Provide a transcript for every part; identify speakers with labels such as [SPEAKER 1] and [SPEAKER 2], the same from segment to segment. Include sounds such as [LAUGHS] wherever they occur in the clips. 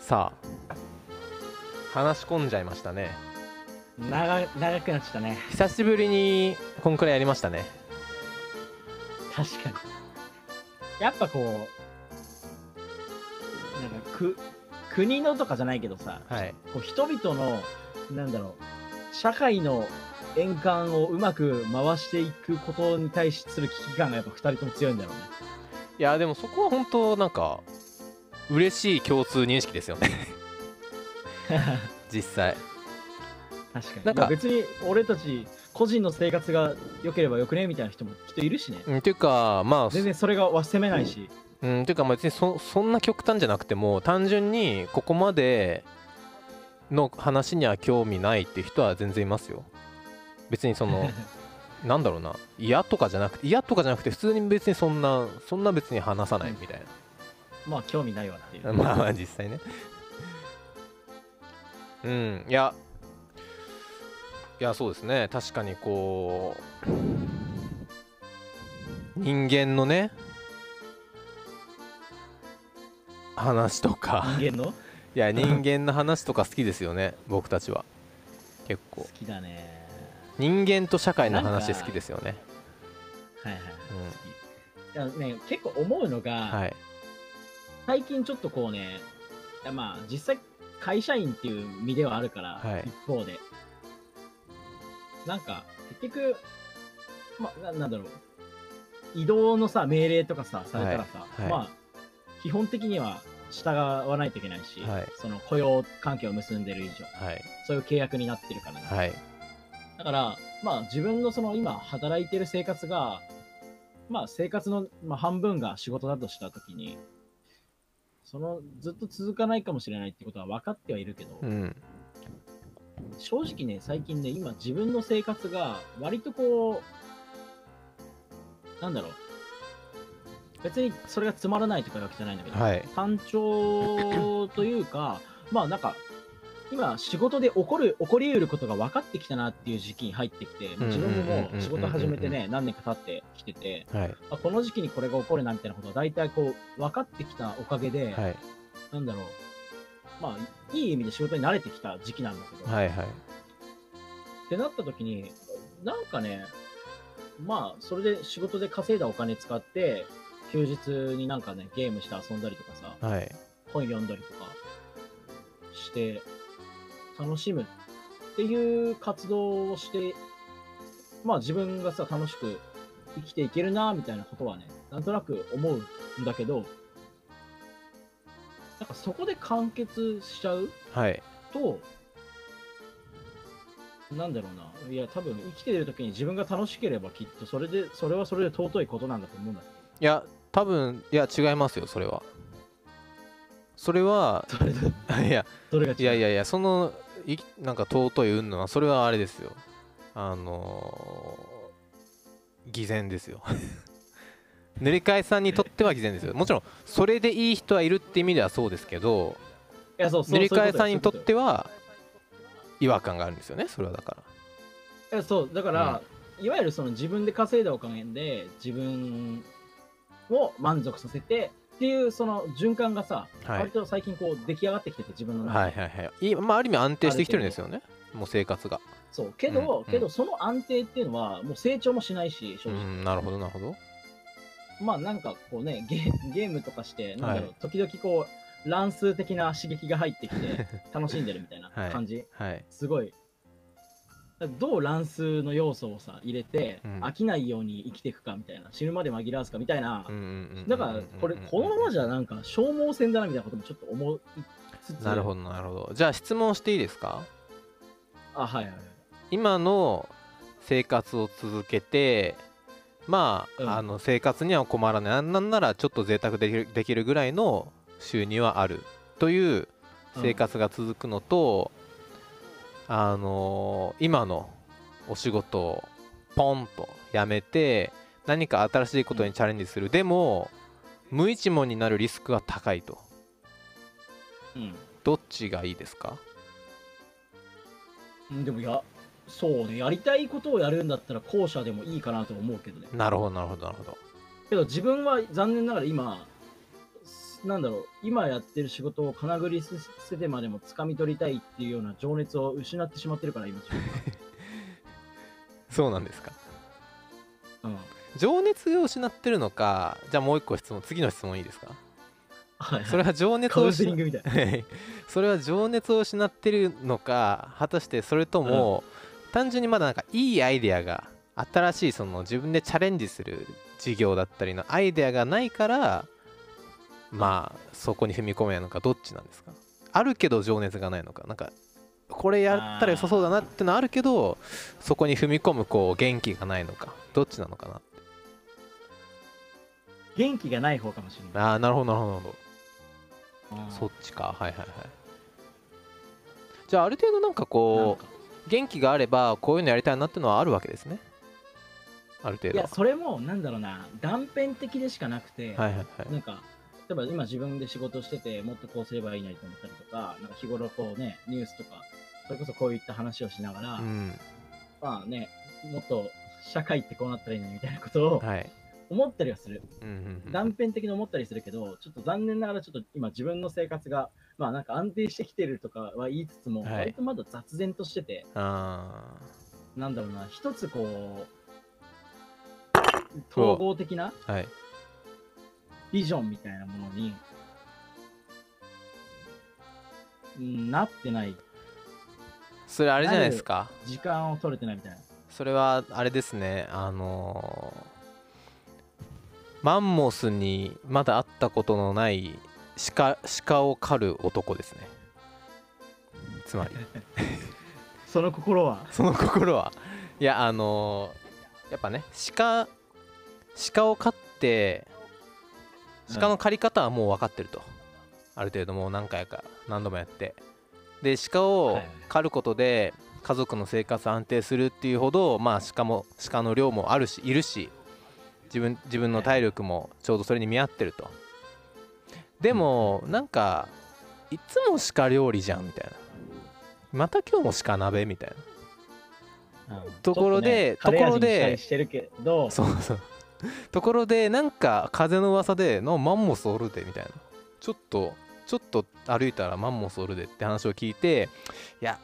[SPEAKER 1] さあ話し込んじゃいましたね
[SPEAKER 2] 長長くなっちゃったね
[SPEAKER 1] 久しぶりにこんくらいやりましたね
[SPEAKER 2] 確かにやっぱこうなんかく国のとかじゃないけどさ、
[SPEAKER 1] はい
[SPEAKER 2] こう人々のなんだろう社会の円環をうまく回していくことに対する危機感がやっぱ2人とも強いんだろうね
[SPEAKER 1] いやでもそこは本当なんか嬉しい共通認識です [LAUGHS] よね実際
[SPEAKER 2] 確かに
[SPEAKER 1] なんか
[SPEAKER 2] まあ別に俺たち個人の生活が良ければよくねみたいな人もきっといるしね
[SPEAKER 1] うんていうかまあ
[SPEAKER 2] 全然それがわ責めないし、
[SPEAKER 1] うん、というかまあ別にそそんな極端じゃなくても単純にここまでの話には興味ないっていう人は全然いますよ別にそ [LAUGHS] のなんだろうな嫌とかじゃなくて嫌とかじゃなくて普通に別にそんなそんな別に話さないみたい
[SPEAKER 2] [LAUGHS] まあ興味ないわっていう、
[SPEAKER 1] な [LAUGHS] まあまあ実際ねうんいやいやそうですね確かにこう人間のね話とか
[SPEAKER 2] 人間の
[SPEAKER 1] いや人間の話とか好きですよね [LAUGHS] 僕たちは結
[SPEAKER 2] 好
[SPEAKER 1] 構
[SPEAKER 2] きだね
[SPEAKER 1] 人間と社会の
[SPEAKER 2] なん
[SPEAKER 1] 話
[SPEAKER 2] か
[SPEAKER 1] 好きですよね
[SPEAKER 2] はいはい、
[SPEAKER 1] うん
[SPEAKER 2] 好きいやね結構思うのが、
[SPEAKER 1] はい
[SPEAKER 2] 最近ちょっとこうねいやまあ実際会社員っていう身ではあるから、
[SPEAKER 1] はい
[SPEAKER 2] 一方でなんか結局まあななんだろう移動のさ命令とかさされたらさ、
[SPEAKER 1] いはい
[SPEAKER 2] まあ基本的には従わないといけないし、
[SPEAKER 1] はい
[SPEAKER 2] その雇用関係を結んでる以上
[SPEAKER 1] はい
[SPEAKER 2] そういう契約になってるからね、
[SPEAKER 1] はい
[SPEAKER 2] だから、まあ自分のその今働いてる生活が、まあ生活の、まあ、半分が仕事だとしたときに、そのずっと続かないかもしれないってことは分かってはいるけど、
[SPEAKER 1] うん
[SPEAKER 2] 正直ね、最近ね、今自分の生活が割とこう、なんだろう。別にそれがつまらないとかいうわけじゃないんだけど、
[SPEAKER 1] はい
[SPEAKER 2] 単調というか、まあなんか、今仕事で起こる、起こり得ることが分かってきたなっていう時期に入ってきて、もう自分ももう仕事始めてね、何年か経ってきてて、
[SPEAKER 1] はい
[SPEAKER 2] あこの時期にこれが起こるなみたいなことは大体こう、分かってきたおかげで、
[SPEAKER 1] はい
[SPEAKER 2] なんだろう、まあ、いい意味で仕事に慣れてきた時期なんだけど、
[SPEAKER 1] はいはい
[SPEAKER 2] ってなった時に、なんかね、まあ、それで仕事で稼いだお金使って、休日になんかね、ゲームして遊んだりとかさ、
[SPEAKER 1] はい
[SPEAKER 2] 本読んだりとかして楽しむっていう活動をしてまあ自分がさ楽しく生きていけるなみたいなことはねなんとなく思うんだけどなんかそこで完結しちゃう
[SPEAKER 1] はい
[SPEAKER 2] となんだろうないや多分生きてる時に自分が楽しければきっとそれでそれはそれで尊いことなんだと思うんだ
[SPEAKER 1] いや多分いや違いますよそれはそれは [LAUGHS]
[SPEAKER 2] それで
[SPEAKER 1] いや
[SPEAKER 2] どれが違う
[SPEAKER 1] いやいやいやそのいなんか尊い云々はそれはあれですよあのー偽善ですよ [LAUGHS] 塗り替えさんにとっては偽善ですよもちろんそれでいい人はいるって意味ではそうですけど
[SPEAKER 2] いやそうそう
[SPEAKER 1] 塗り替え
[SPEAKER 2] そういうことよ
[SPEAKER 1] さんにとっては違和感があるんですよねそれはだから
[SPEAKER 2] えそうだから、いわゆるその自分で稼いだお金で自分を満足させてっていうその循環がさ、
[SPEAKER 1] はい
[SPEAKER 2] 割と最近こう出来上がってきてて自分の中で、
[SPEAKER 1] はいはいはいいまあある意味安定してきてるんですよねもう生活が
[SPEAKER 2] そうけど、
[SPEAKER 1] うん
[SPEAKER 2] けどその安定っていうのはもう成長もしないし正
[SPEAKER 1] う
[SPEAKER 2] 直、
[SPEAKER 1] んなるほどなるほど
[SPEAKER 2] まあなんかこうねゲーゲームとかしてなんだろう、
[SPEAKER 1] は
[SPEAKER 2] 時々こう乱数的な刺激が入って
[SPEAKER 1] [LAUGHS]
[SPEAKER 2] きて楽しんでるみたいな
[SPEAKER 1] はい
[SPEAKER 2] 感じ、
[SPEAKER 1] はい
[SPEAKER 2] すごいどう乱数の要素をさ入れて、
[SPEAKER 1] うん
[SPEAKER 2] 飽きないように生きていくかみたいな死ぬまで紛らわすかみたいな、
[SPEAKER 1] うんうんうんうんうん
[SPEAKER 2] だからこれこのままじゃなんか消耗戦だなみたいなこともちょっと思いつつ
[SPEAKER 1] なるほどなるほどじゃあ質問していいですか
[SPEAKER 2] あはいはいはい
[SPEAKER 1] 今の生活を続けてまあ,、
[SPEAKER 2] うん
[SPEAKER 1] あの生活には困らないあなんならちょっと贅沢できるできるぐらいの収入はあるという生活が続くのと、あのー今のお仕事をポンと辞めて何か新しいことにチャレンジする、でも無一文になるリスクが高いと
[SPEAKER 2] うん
[SPEAKER 1] どっちがいいですか
[SPEAKER 2] うんでもやそうねやりたいことをやるんだったら後者でもいいかなと思うけどね
[SPEAKER 1] なるほどなるほどなるほど
[SPEAKER 2] けど自分は残念ながら今すなんだろう、今やってる仕事をかなぐり捨ててまでも掴み取りたいっていうような情熱を失ってしまってるから、今自
[SPEAKER 1] [LAUGHS]
[SPEAKER 2] 分が、
[SPEAKER 1] そうなんですか
[SPEAKER 2] うん。
[SPEAKER 1] 情熱を失ってるのかじゃあもう一個質問次の質問いいですか
[SPEAKER 2] はい。
[SPEAKER 1] それは情熱
[SPEAKER 2] カ
[SPEAKER 1] を
[SPEAKER 2] ウンセ
[SPEAKER 1] 失
[SPEAKER 2] リングみたいな。
[SPEAKER 1] はい [LAUGHS] それは情熱を失ってるのか果たしてそれとも、単純にまだなんかいいアイデアが新しいその自分でチャレンジする事業だったりのアイデアがないからまあそこに踏み込めないのかどっちなんですかあるけど情熱がないのかなんかこれやったら良さそうだなってのはあるけどそこに踏み込むこう元気がないのかどっちなのか
[SPEAKER 2] 元気がない方かもしれない。
[SPEAKER 1] なあーなるほどなるほどなるほど
[SPEAKER 2] うん
[SPEAKER 1] そっちかはいはいはいじゃあある程度なんか
[SPEAKER 2] な
[SPEAKER 1] こ
[SPEAKER 2] んか
[SPEAKER 1] う元気があればこういうのやりたいなってのはあるわけですねある程
[SPEAKER 2] い
[SPEAKER 1] 度は
[SPEAKER 2] や、それも、なんだろうな、断片的でしかなくて、
[SPEAKER 1] はいはいはい
[SPEAKER 2] なんか、例えば今自分で仕事してて、もっとこうすればいいなと思ったりとか、なんか日頃こうね、ニュースとか、それこそこういった話をしながら、
[SPEAKER 1] うん
[SPEAKER 2] まあね、もっと社会ってこうなったらいいのにみたいなことを
[SPEAKER 1] はい
[SPEAKER 2] 思ったりはする。
[SPEAKER 1] うんうんうん
[SPEAKER 2] 断片的に思ったりするけど、ちょっと残念ながらちょっと今自分の生活が、まあなんか安定してきてるとかは言いつつも、
[SPEAKER 1] はい
[SPEAKER 2] 割とまだ雑然としてて、
[SPEAKER 1] あ
[SPEAKER 2] なんだろうな、一つこう、統合的な
[SPEAKER 1] ーはい
[SPEAKER 2] ビジョンみたいなものに、うんなってない、
[SPEAKER 1] それあれじゃないですか
[SPEAKER 2] 時間を取れてないみたいな。
[SPEAKER 1] それはあれですねあのーマンモスにまだ会ったことのない鹿鹿を狩る男ですねつまり
[SPEAKER 2] その心は、
[SPEAKER 1] その心はいやあのーやっぱね鹿鹿を飼って鹿の狩り方はもう分かってると、ある程度もう何回か何度もやってで鹿を狩ることで家族の生活安定するっていうほどまあ鹿も鹿の量もあるしいるし自分自分の体力もちょうどそれに見合ってるとでもなんかいつも鹿料理じゃんみたいなまた今日も鹿鍋みたいな
[SPEAKER 2] うん
[SPEAKER 1] ところで
[SPEAKER 2] ちょっね
[SPEAKER 1] ところで
[SPEAKER 2] カレー味にしたりしてるけど、
[SPEAKER 1] そうそう [LAUGHS] ところでなんか風の噂でのマンモスおるでみたいなちょっとちょっと歩いたらマンモスおるでって話を聞いていや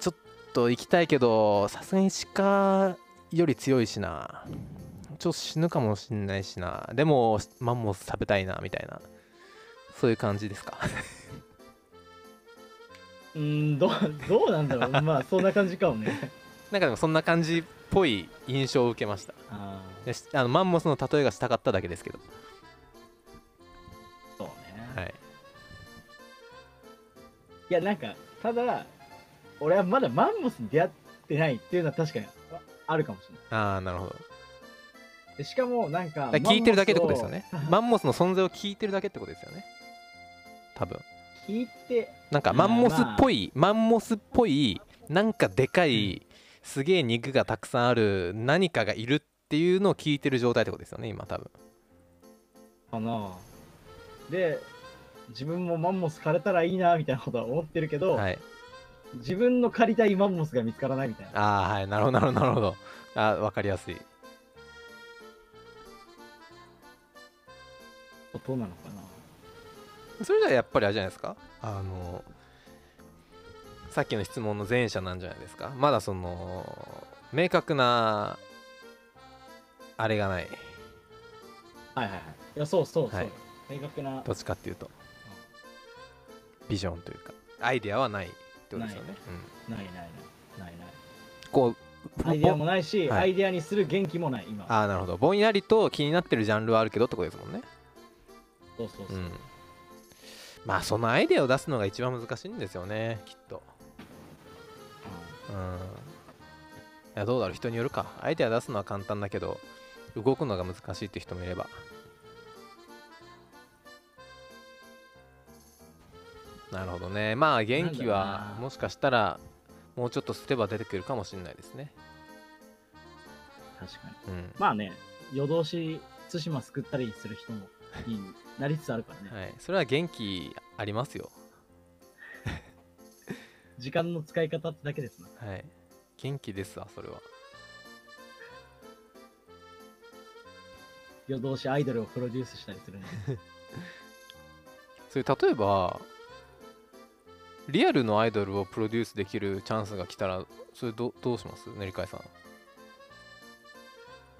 [SPEAKER 1] ちょっと行きたいけどさすがに鹿より強いしなちょっと死ぬかもしんないしなでもマンモス食べたいなみたいなそういう感じですか [LAUGHS]
[SPEAKER 2] うー [LAUGHS] んどうどうなんだろ
[SPEAKER 1] [LAUGHS]
[SPEAKER 2] うまあそんな感じかもね
[SPEAKER 1] なんかでもそんな感じっぽい印象を受けました
[SPEAKER 2] あ
[SPEAKER 1] でし [LAUGHS] あのマンモスの例えがしたかっただけですけど
[SPEAKER 2] そうね、、
[SPEAKER 1] はいい
[SPEAKER 2] やなんかただ俺はまだマンモスに出会ってないっていうのは確かにああるかもしれな
[SPEAKER 1] ああなるほど
[SPEAKER 2] いでしかもなんか
[SPEAKER 1] だから聞いてるだけってことですよね
[SPEAKER 2] マンモス
[SPEAKER 1] マン
[SPEAKER 2] を
[SPEAKER 1] モスの存在を聞いてるだけってことですよね多分
[SPEAKER 2] 聞いて
[SPEAKER 1] なんか
[SPEAKER 2] うん
[SPEAKER 1] マンモスっぽい、マンモスっぽいなんかでかいすげえ肉がたくさんある何かがいるっていうのを聞いてる状態ってことですよね今多分
[SPEAKER 2] かなで自分もマンモス枯れたらいいなみたいなことは思ってるけど、
[SPEAKER 1] はい
[SPEAKER 2] 自分の借りたいマンモスが見つからないみたいな
[SPEAKER 1] ああはいなるほどなるほどなるほどあ分かりやすい
[SPEAKER 2] ことなのかな
[SPEAKER 1] それじゃやっぱりあれじゃないですかあのさっきの質問の前者なんじゃないですかまだその明確なあれがない
[SPEAKER 2] はいはいはいいやそうそうそう、
[SPEAKER 1] はい
[SPEAKER 2] 明確な
[SPEAKER 1] どっちかっていうとビジョンというかアイデアはないってことですよね、うん
[SPEAKER 2] ないないないないない
[SPEAKER 1] こう
[SPEAKER 2] アイデア
[SPEAKER 1] ぼ
[SPEAKER 2] もないし、
[SPEAKER 1] はい
[SPEAKER 2] アイデアにする元気もない今
[SPEAKER 1] ああなるほどぼんやりと気になってるジャンルはあるけどってことですもんね
[SPEAKER 2] そうそうそうう、
[SPEAKER 1] んまあそのアイデアを出すのが一番難しいんですよねきっとうんいやどうだろう人によるかアイデア出すのは簡単だけど動くのが難しいって人もいればなるほどねまあ元気
[SPEAKER 2] なんだろう
[SPEAKER 1] は
[SPEAKER 2] な
[SPEAKER 1] もしかしたらもうちょっとすれば出てくるかもしれないですね
[SPEAKER 2] 確かに
[SPEAKER 1] うん
[SPEAKER 2] まあね夜通し対馬救ったりする人もになりつつあるからね、
[SPEAKER 1] はい、それは元気ありますよ。
[SPEAKER 2] 時間の使い方ってだけですな
[SPEAKER 1] はい、元気ですわ、それは。
[SPEAKER 2] 夜通しアイドルをプロデュースしたりするんで
[SPEAKER 1] それ例えばリアルのアイドルをプロデュースできるチャンスが来たらそれどどうしますねりかいさん
[SPEAKER 2] う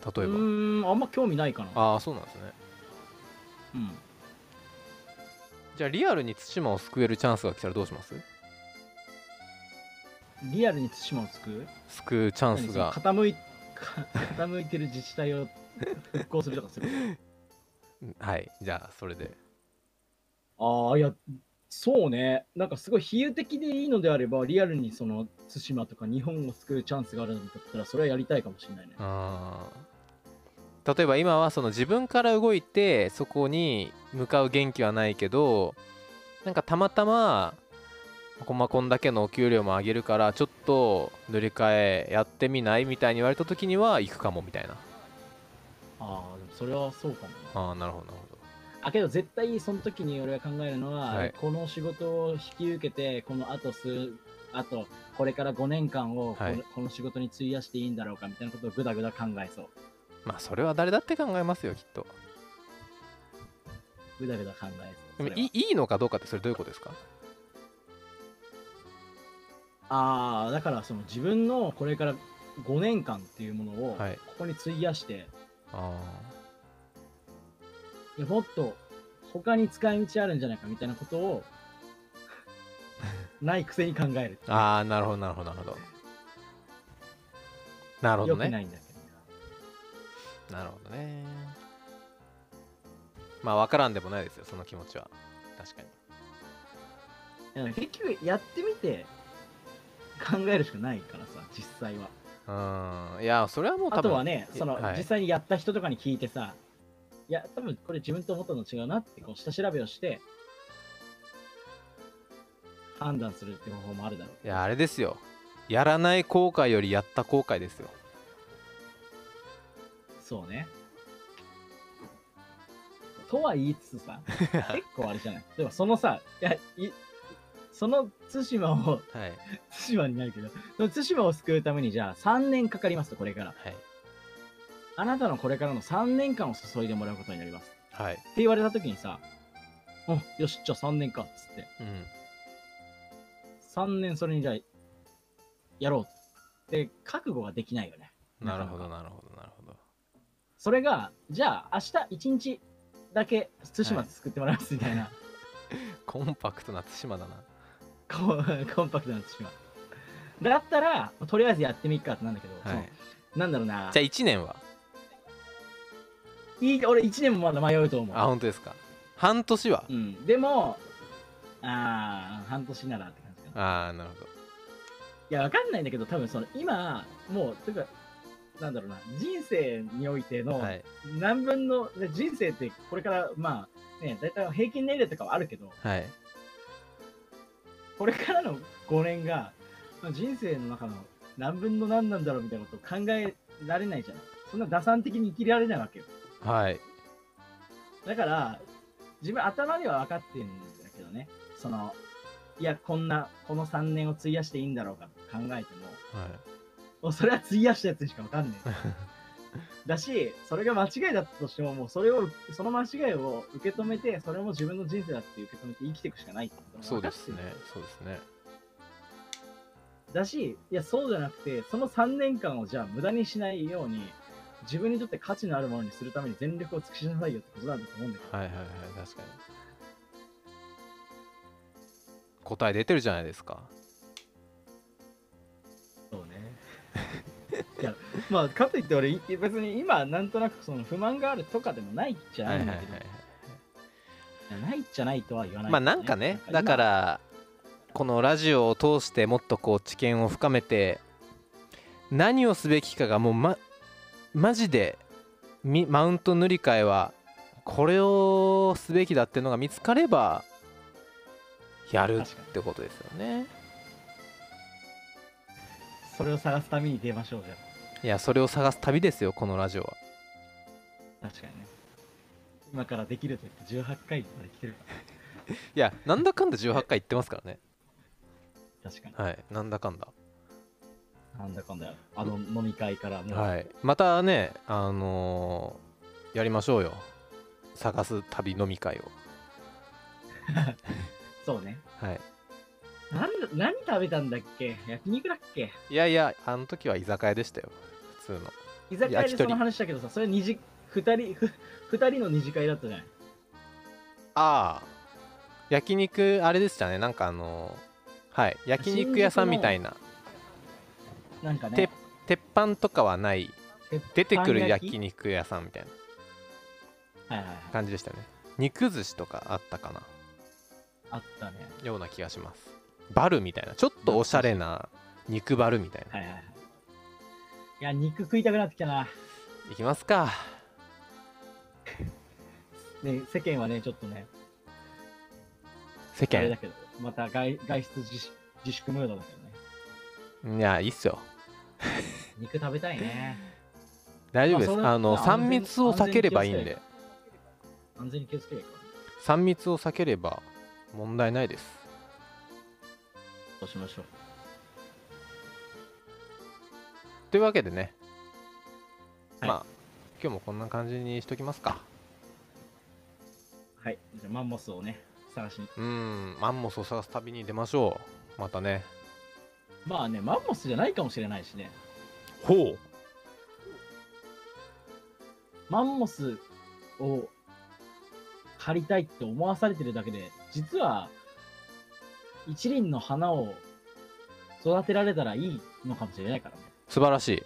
[SPEAKER 1] 例えば
[SPEAKER 2] ーんあんま興味ないかな
[SPEAKER 1] ああそうなんですね
[SPEAKER 2] うん
[SPEAKER 1] じゃあリアルに対馬を救えるチャンスが来たらどうします
[SPEAKER 2] リアルに対馬をつく
[SPEAKER 1] 救うチャンスが
[SPEAKER 2] 何その傾い [LAUGHS] 傾いてる自治体を復興するとかする [LAUGHS]
[SPEAKER 1] うんはいじゃあそれで
[SPEAKER 2] ああいやそうねなんかすごい比喩的でいいのであればリアルにその対馬とか日本を救うチャンスがあるんだったらそれはやりたいかもしれないね
[SPEAKER 1] あー例えば今はその自分から動いてそこに向かう元気はないけどなんかたまたまこまこんだけのお給料も上げるからちょっと塗り替えやってみないみたいに言われた時には行くかもみたいな
[SPEAKER 2] ああでもそれはそうかもな
[SPEAKER 1] ああなるほどなるほど
[SPEAKER 2] あけど絶対その時に俺が考えるのは、
[SPEAKER 1] はい
[SPEAKER 2] この仕事を引き受けてこのあと数あとこれから5年間をこ,、
[SPEAKER 1] はい
[SPEAKER 2] この仕事に費やしていいんだろうかみたいなことをぐだぐだ考えそう
[SPEAKER 1] まあそれは誰だって考えますよきっと
[SPEAKER 2] ぐだぐだ考えそ
[SPEAKER 1] で
[SPEAKER 2] う
[SPEAKER 1] も
[SPEAKER 2] それはい
[SPEAKER 1] いいのかどうかってそれどういうことですか
[SPEAKER 2] ああだからその自分のこれから5年間っていうものをこ
[SPEAKER 1] はい
[SPEAKER 2] こに費やして、
[SPEAKER 1] あ
[SPEAKER 2] いやもっと他に使い道あるんじゃないかみたいなこ
[SPEAKER 1] [LAUGHS]
[SPEAKER 2] とをないくせに考える
[SPEAKER 1] ーあーなるほどなるほどなるほどなるほ
[SPEAKER 2] よ
[SPEAKER 1] ど
[SPEAKER 2] く
[SPEAKER 1] ね
[SPEAKER 2] ないんだけど
[SPEAKER 1] なるほどねまあ分からんでもないですよその気持ちは確かに
[SPEAKER 2] なだから結局やってみて考えるしかないからさ実際は
[SPEAKER 1] うーんいやそれはもう多分
[SPEAKER 2] あとはねその、
[SPEAKER 1] はい
[SPEAKER 2] 実際にやった人とかに聞いてさいや多分これ自分と思ったの違うなってこう下調べをして判断するって方法もあるだろう
[SPEAKER 1] いやあれですよやらない後悔よりやった後悔ですよ
[SPEAKER 2] そうね。とは言いつつさ、結構あれじゃない。でもそのさ、いや、いその対馬を、 [LAUGHS]
[SPEAKER 1] はい
[SPEAKER 2] 対馬になるけど、その対馬を救うためにじゃあ3年かかりますと、これから。
[SPEAKER 1] はい
[SPEAKER 2] あなたのこれからの3年間を注いでもらうことになります。
[SPEAKER 1] はい
[SPEAKER 2] って言われた時にさ、およし、じゃあ3年か、っつって。
[SPEAKER 1] うん
[SPEAKER 2] 3年それにじゃあ、やろうって、覚悟ができないよね。
[SPEAKER 1] なるほど
[SPEAKER 2] なか
[SPEAKER 1] な
[SPEAKER 2] なか。
[SPEAKER 1] るほどなるほど
[SPEAKER 2] それが、じゃあ明日1日だけ対馬救ってもらいますみたいな。
[SPEAKER 1] コンパクトな対馬だな
[SPEAKER 2] コンコンパクトになってしまう。 [LAUGHS] だったら、とりあえずやってみっかってなんだけど、
[SPEAKER 1] はい
[SPEAKER 2] そのなんだろうな
[SPEAKER 1] じゃあ、1年はい
[SPEAKER 2] い俺1年もまだ迷うと思
[SPEAKER 1] あ
[SPEAKER 2] う。
[SPEAKER 1] 本当ですか半年は
[SPEAKER 2] うん、でも、あー半年ならって感じかな。
[SPEAKER 1] ああなるほど
[SPEAKER 2] いや、わかんないんだけど、多分その今、もう、というか、なんだろうな、人生においての
[SPEAKER 1] はい
[SPEAKER 2] 何分の、で人生ってこれから、まあ、ね、大体平均年齢とかはあるけど、
[SPEAKER 1] はい
[SPEAKER 2] これからの5年が、まあ人生の中の何分の何なんだろうみたいなことを考えられないじゃない。そんな打算的に生きられないわけよ。
[SPEAKER 1] はい
[SPEAKER 2] だから、自分頭では分かってるんだけどね。その、いや、こんな、この3年を費やしていいんだろうかと考えても、
[SPEAKER 1] はい
[SPEAKER 2] もうそれは費やしたやつにしか分かん
[SPEAKER 1] [LAUGHS]
[SPEAKER 2] ない。だし、それが間違いだったとしても、もうそれを、その間違いを受け止めて、それも自分の人生だって受け止めて生きていくしかないってことが
[SPEAKER 1] そ
[SPEAKER 2] 分
[SPEAKER 1] う
[SPEAKER 2] か
[SPEAKER 1] で
[SPEAKER 2] ってる
[SPEAKER 1] すねそうですね
[SPEAKER 2] だし、いや、そうじゃなくて、その3年間をじゃあ無駄にしないように、自分にとって価値のあるものにするために全力を尽くしなさいよってことなんだと思うんだけど、
[SPEAKER 1] はいはいはい確かに答え出てるじゃないですか
[SPEAKER 2] そうね。 [LAUGHS] いや、まあ、かといって俺、い別に今、なんとなくその不満があるとかでもないじゃ
[SPEAKER 1] は
[SPEAKER 2] ないい
[SPEAKER 1] はい
[SPEAKER 2] ん
[SPEAKER 1] はい
[SPEAKER 2] だけど、いやないじゃないとは言わない、
[SPEAKER 1] まあなんかねだ
[SPEAKER 2] なん
[SPEAKER 1] か
[SPEAKER 2] 今
[SPEAKER 1] らこのラジオを通してもっとこう知見を深めて何をすべきかがもうまマジでみマウント塗り替えはこれをすべきだっていうのが見つかればやるってことですよね
[SPEAKER 2] それを探すために出ましょうじゃ
[SPEAKER 1] いやそれを探す旅ですよこのラジオは
[SPEAKER 2] あ確かにね。今からできると言って18回まで来てるか
[SPEAKER 1] いやなんだかんだ18回言ってますからね
[SPEAKER 2] ら、確かに。
[SPEAKER 1] はいなんだかんだ
[SPEAKER 2] なんだかんだ、あの飲み会からもう、
[SPEAKER 1] はい、またね、あのやりましょうよ探す旅飲み会を
[SPEAKER 2] そうね。
[SPEAKER 1] はい
[SPEAKER 2] なん何食べたんだっけ焼肉だっけ
[SPEAKER 1] いやいやあの時は居酒屋でしたよ普通の
[SPEAKER 2] 居酒屋
[SPEAKER 1] 焼
[SPEAKER 2] で
[SPEAKER 1] き
[SPEAKER 2] そ
[SPEAKER 1] 鳥
[SPEAKER 2] の話だけどさ、それ二次、二人、ふ二人の二次会だったじゃない。
[SPEAKER 1] ああ焼肉あれでしたねなんかあのはい焼肉屋さんみたいな
[SPEAKER 2] なんかね。
[SPEAKER 1] て鉄板とかはない
[SPEAKER 2] 鉄
[SPEAKER 1] 出てくる
[SPEAKER 2] 板
[SPEAKER 1] 焼肉屋さんみたいな
[SPEAKER 2] はいはいはい。
[SPEAKER 1] 感じでしたね肉寿司とかあったかな
[SPEAKER 2] あったね。
[SPEAKER 1] ような気がしますバルみたいなちょっとおしゃれな肉バルみたいな
[SPEAKER 2] はいはいはい。いや、肉食いたくなってきたな。
[SPEAKER 1] 行きますか
[SPEAKER 2] ね、世間はね、ちょっとね、
[SPEAKER 1] 世
[SPEAKER 2] あれだ
[SPEAKER 1] 間
[SPEAKER 2] けど、また外外出自粛自粛ムードだけどね。
[SPEAKER 1] いやいいっすよ
[SPEAKER 2] 肉食べたいね。
[SPEAKER 1] 大丈夫です、
[SPEAKER 2] まあそれ
[SPEAKER 1] あ、の
[SPEAKER 2] まあ
[SPEAKER 1] 3密を避ければいいん
[SPEAKER 2] 安全
[SPEAKER 1] で
[SPEAKER 2] 安全に気をつけるか。
[SPEAKER 1] 3密を避ければ問題ないです
[SPEAKER 2] そうしましょう。
[SPEAKER 1] というわけでね、
[SPEAKER 2] はい
[SPEAKER 1] まあ今日もこんな感じにしときますか
[SPEAKER 2] はい。じゃあマンモスをね、探しに。
[SPEAKER 1] うーんマンモスを探す旅に出ましょうまたね
[SPEAKER 2] まあね、マンモスじゃないかもしれないしね。
[SPEAKER 1] ほう
[SPEAKER 2] マンモスを借りたいって思わされてるだけで、実は一輪の花を育てられたらいいのかもしれないからね。
[SPEAKER 1] 素晴らしい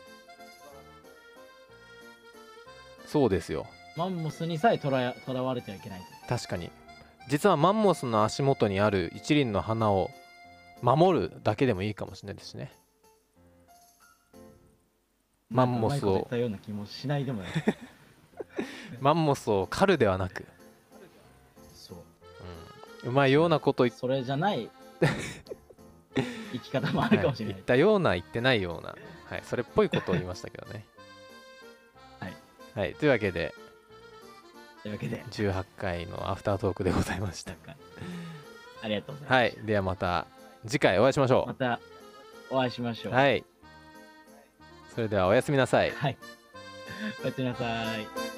[SPEAKER 1] そうですよ
[SPEAKER 2] マンモスにさえとらとらわれてはいけないと。
[SPEAKER 1] 確かに実はマンモスの足元にある一輪の花を守るだけでもいいかもしれないですしねマンモスを
[SPEAKER 2] なんかうまいこと言ったような気もしないでもない。
[SPEAKER 1] [LAUGHS] マンモスを狩るではなく、
[SPEAKER 2] そう。
[SPEAKER 1] うん、うまいようなこと言っ
[SPEAKER 2] それじゃ
[SPEAKER 1] [LAUGHS]
[SPEAKER 2] ない生き方もあるかもしれ
[SPEAKER 1] は
[SPEAKER 2] ない
[SPEAKER 1] 言
[SPEAKER 2] い
[SPEAKER 1] っ。たような言ってないような、はい、それっぽいことを言いましたけどね
[SPEAKER 2] [LAUGHS] はい、
[SPEAKER 1] はい、というわけで
[SPEAKER 2] というわけで、
[SPEAKER 1] 18回のアフタートークでございました
[SPEAKER 2] なんかありがとうございます。
[SPEAKER 1] はいではまた次回お会いしまし
[SPEAKER 2] ま
[SPEAKER 1] ょ
[SPEAKER 2] たお会いしましょ
[SPEAKER 1] う
[SPEAKER 2] う。
[SPEAKER 1] はいそれではおやすみなさい
[SPEAKER 2] はい。おやすみなさい。